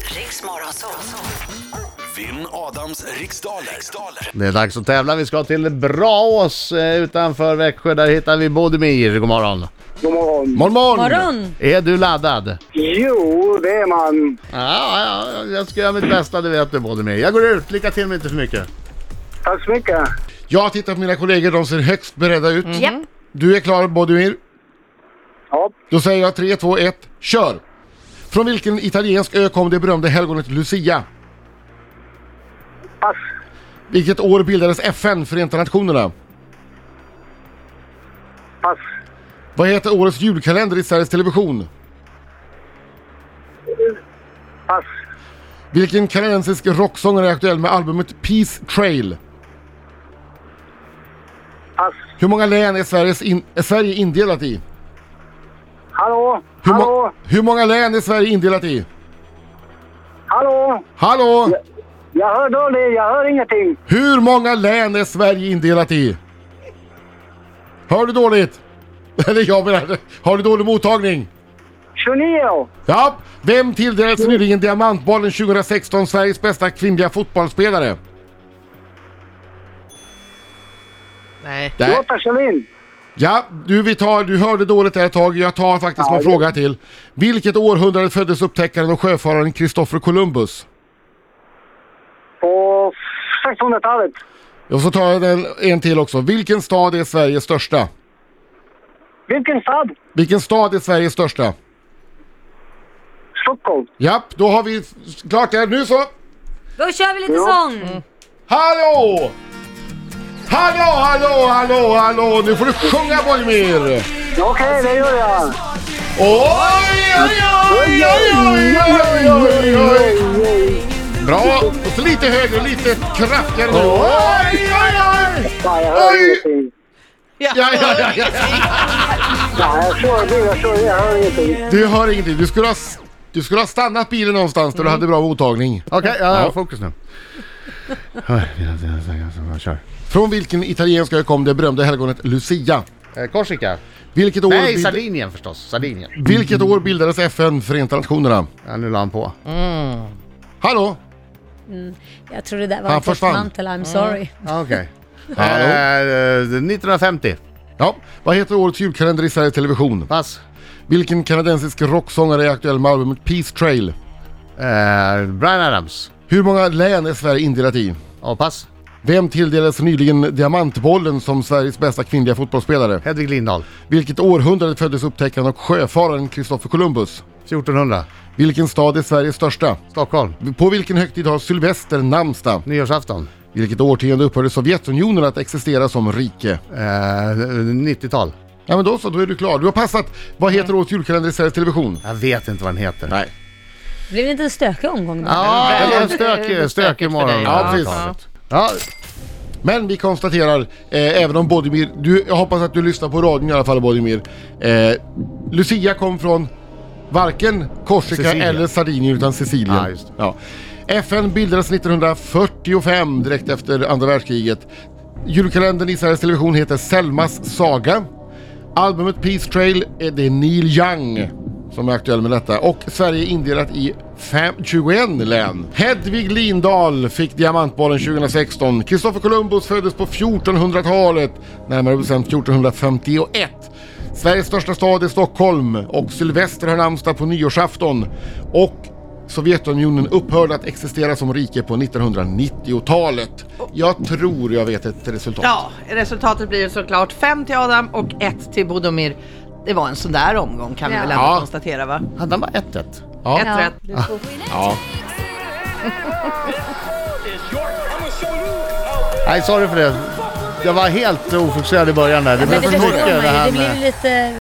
Riks Morgonzoo. Vinn Adams riksdaler. riksdaler. Det är dags att tävla. Vi ska till Braås eh, utanför Växjö. Där hittar vi Bodimir. God morgon. God morgon. Morgon, morgon! Morgon. Är du laddad? Jo, det är man. Ja, ja, jag ska göra mitt bästa, det vet du Bodimir. Jag går ut. Lycka till men inte för mycket. Tack så mycket. Jag tittar på mina kollegor, de ser högst beredda ut. Japp. Du är klar Bodimir? Ja, Då säger jag 3, 2, 1, kör! Från vilken italiensk ö kom det berömda helgonet Lucia? pass. Vilket år bildades FN, Förenta Nationerna? Pass. Vad heter årets julkalender i Sveriges Television? Pass. Vilken kanadensisk rocksångare är aktuell med albumet Peace Trail? Pass. Hur många län är, Sveriges in- är Sverige indelat i? Hallå? Hur, må- Hallå? hur många län är Sverige indelat i? Hallå? Hallå! Jag hör dåligt. Jag hör ingenting. Hur många län är Sverige indelat i? Hör du dåligt? Eller jag menar, har du dålig mottagning? 29. Ja, vem tilldelades nyligen Diamantbollen 2016 Sveriges bästa kvinnliga fotbollsspelare? Nej. Nej. Lotta Schelin. Ja, du, vi tar, du hörde dåligt där ett tag. Jag tar faktiskt Ja, en det- fråga till. Vilket århundrade föddes upptäckaren och sjöfararen Christopher Columbus? På 1600-talet. Och så tar jag den, en till också. Vilken stad är Sveriges största? Vilken stad? Vilken stad är Sveriges största? Stockholm. Japp, då har vi klart där. Nu så! Då kör vi lite Ja. sång. Hallå! Hallå, hallå, hallå, hallå! Nu får du sjunga Borgmyr! Okej, det gör jag. Oj, oj, oj, oj, oj, oj, oj, oj. Bra! Och så lite högre, lite kraftigare nu. Oj, oj, oj! Nej, jag hör Oj! ingenting. Ja, ja, ja, ja. Nej, jag kör bil. Jag kör. Jag hör ingenting. Du hör ingenting. Du skulle ha, du skulle ha stannat bilen någonstans där du hade bra mottagning. Okej, jag har Ja. fokus nu. Kör. Från vilken italiensk ö kom det berömda helgonet Lucia? Eh, Korsika. Vilket år, Nej, bild- Sardinien förstås. Sardinien. vilket år bildades FN, Förenta Nationerna? Ja, nu la han på. Hallå? Jag tror det där var Han en försvann. täckmantel, I'm sorry. Ja, Okej. Hallå? Eh, 1950. Ja, vad heter årets julkalender i Sveriges Television? Pass. Vilken kanadensisk rocksångare är aktuell med albumet Peace Trail? Eh, Brian Adams. Hur många län är Sverige indelat i? Ja, pass. Vem tilldelades nyligen Diamantbollen som Sveriges bästa kvinnliga fotbollsspelare? Hedvig Lindahl. Vilket århundrade föddes upptäckaren och sjöfararen Christopher Columbus? 1400. Vilken stad är Sveriges största? Stockholm. På vilken högtid har Sylvester namnsdag? Nyårsafton. Vilket årtionde upphörde Sovjetunionen att existera som rike? Eh, 90-tal. Ja men då så, då är du klar. Du har passat. Vad heter årets julkalender i Sveriges Television? Jag vet inte vad den heter. Nej. Blev det inte en stökig omgång då? Ja, det var en det är stökig, stökigt för stökig morgon. dig. Ja, Ja, precis. talet. Ja, Men vi konstaterar, eh, även om Bodimir, du, jag hoppas att du lyssnar på radion i alla fall Bodimir. Eh, Lucia kom från varken Korsika Sicilien. eller Sardinien utan Sicilien. Ja, just det. Ja. FN bildades 1945 direkt efter andra världskriget. Julkalendern i Sveriges Television heter Selmas saga. Albumet Peace Trail, eh, det är Neil Young som är aktuell med detta. Och Sverige är indelat i fem, 21 län. Hedvig Lindahl fick Diamantbollen 2016. Kristoffer Columbus föddes på 1400-talet, närmare bestämt 1451. Sveriges största stad är Stockholm och Sylvester har namnsdag på nyårsafton. Och Sovjetunionen upphörde att existera som rike på 1990-talet. Jag tror jag vet ett resultat. Ja, resultatet blir ju såklart fem till Adam och ett till Bodomir. Det var en sån där omgång kan Ja. vi väl ändå Ja. konstatera va? hade han bara 1-1? Ja. Ett Ja. rätt. Nej, sorry för det. Jag var helt ofokuserad i början där. Det blev Men det för mycket förstår det man ju. här Det med... blir ju lite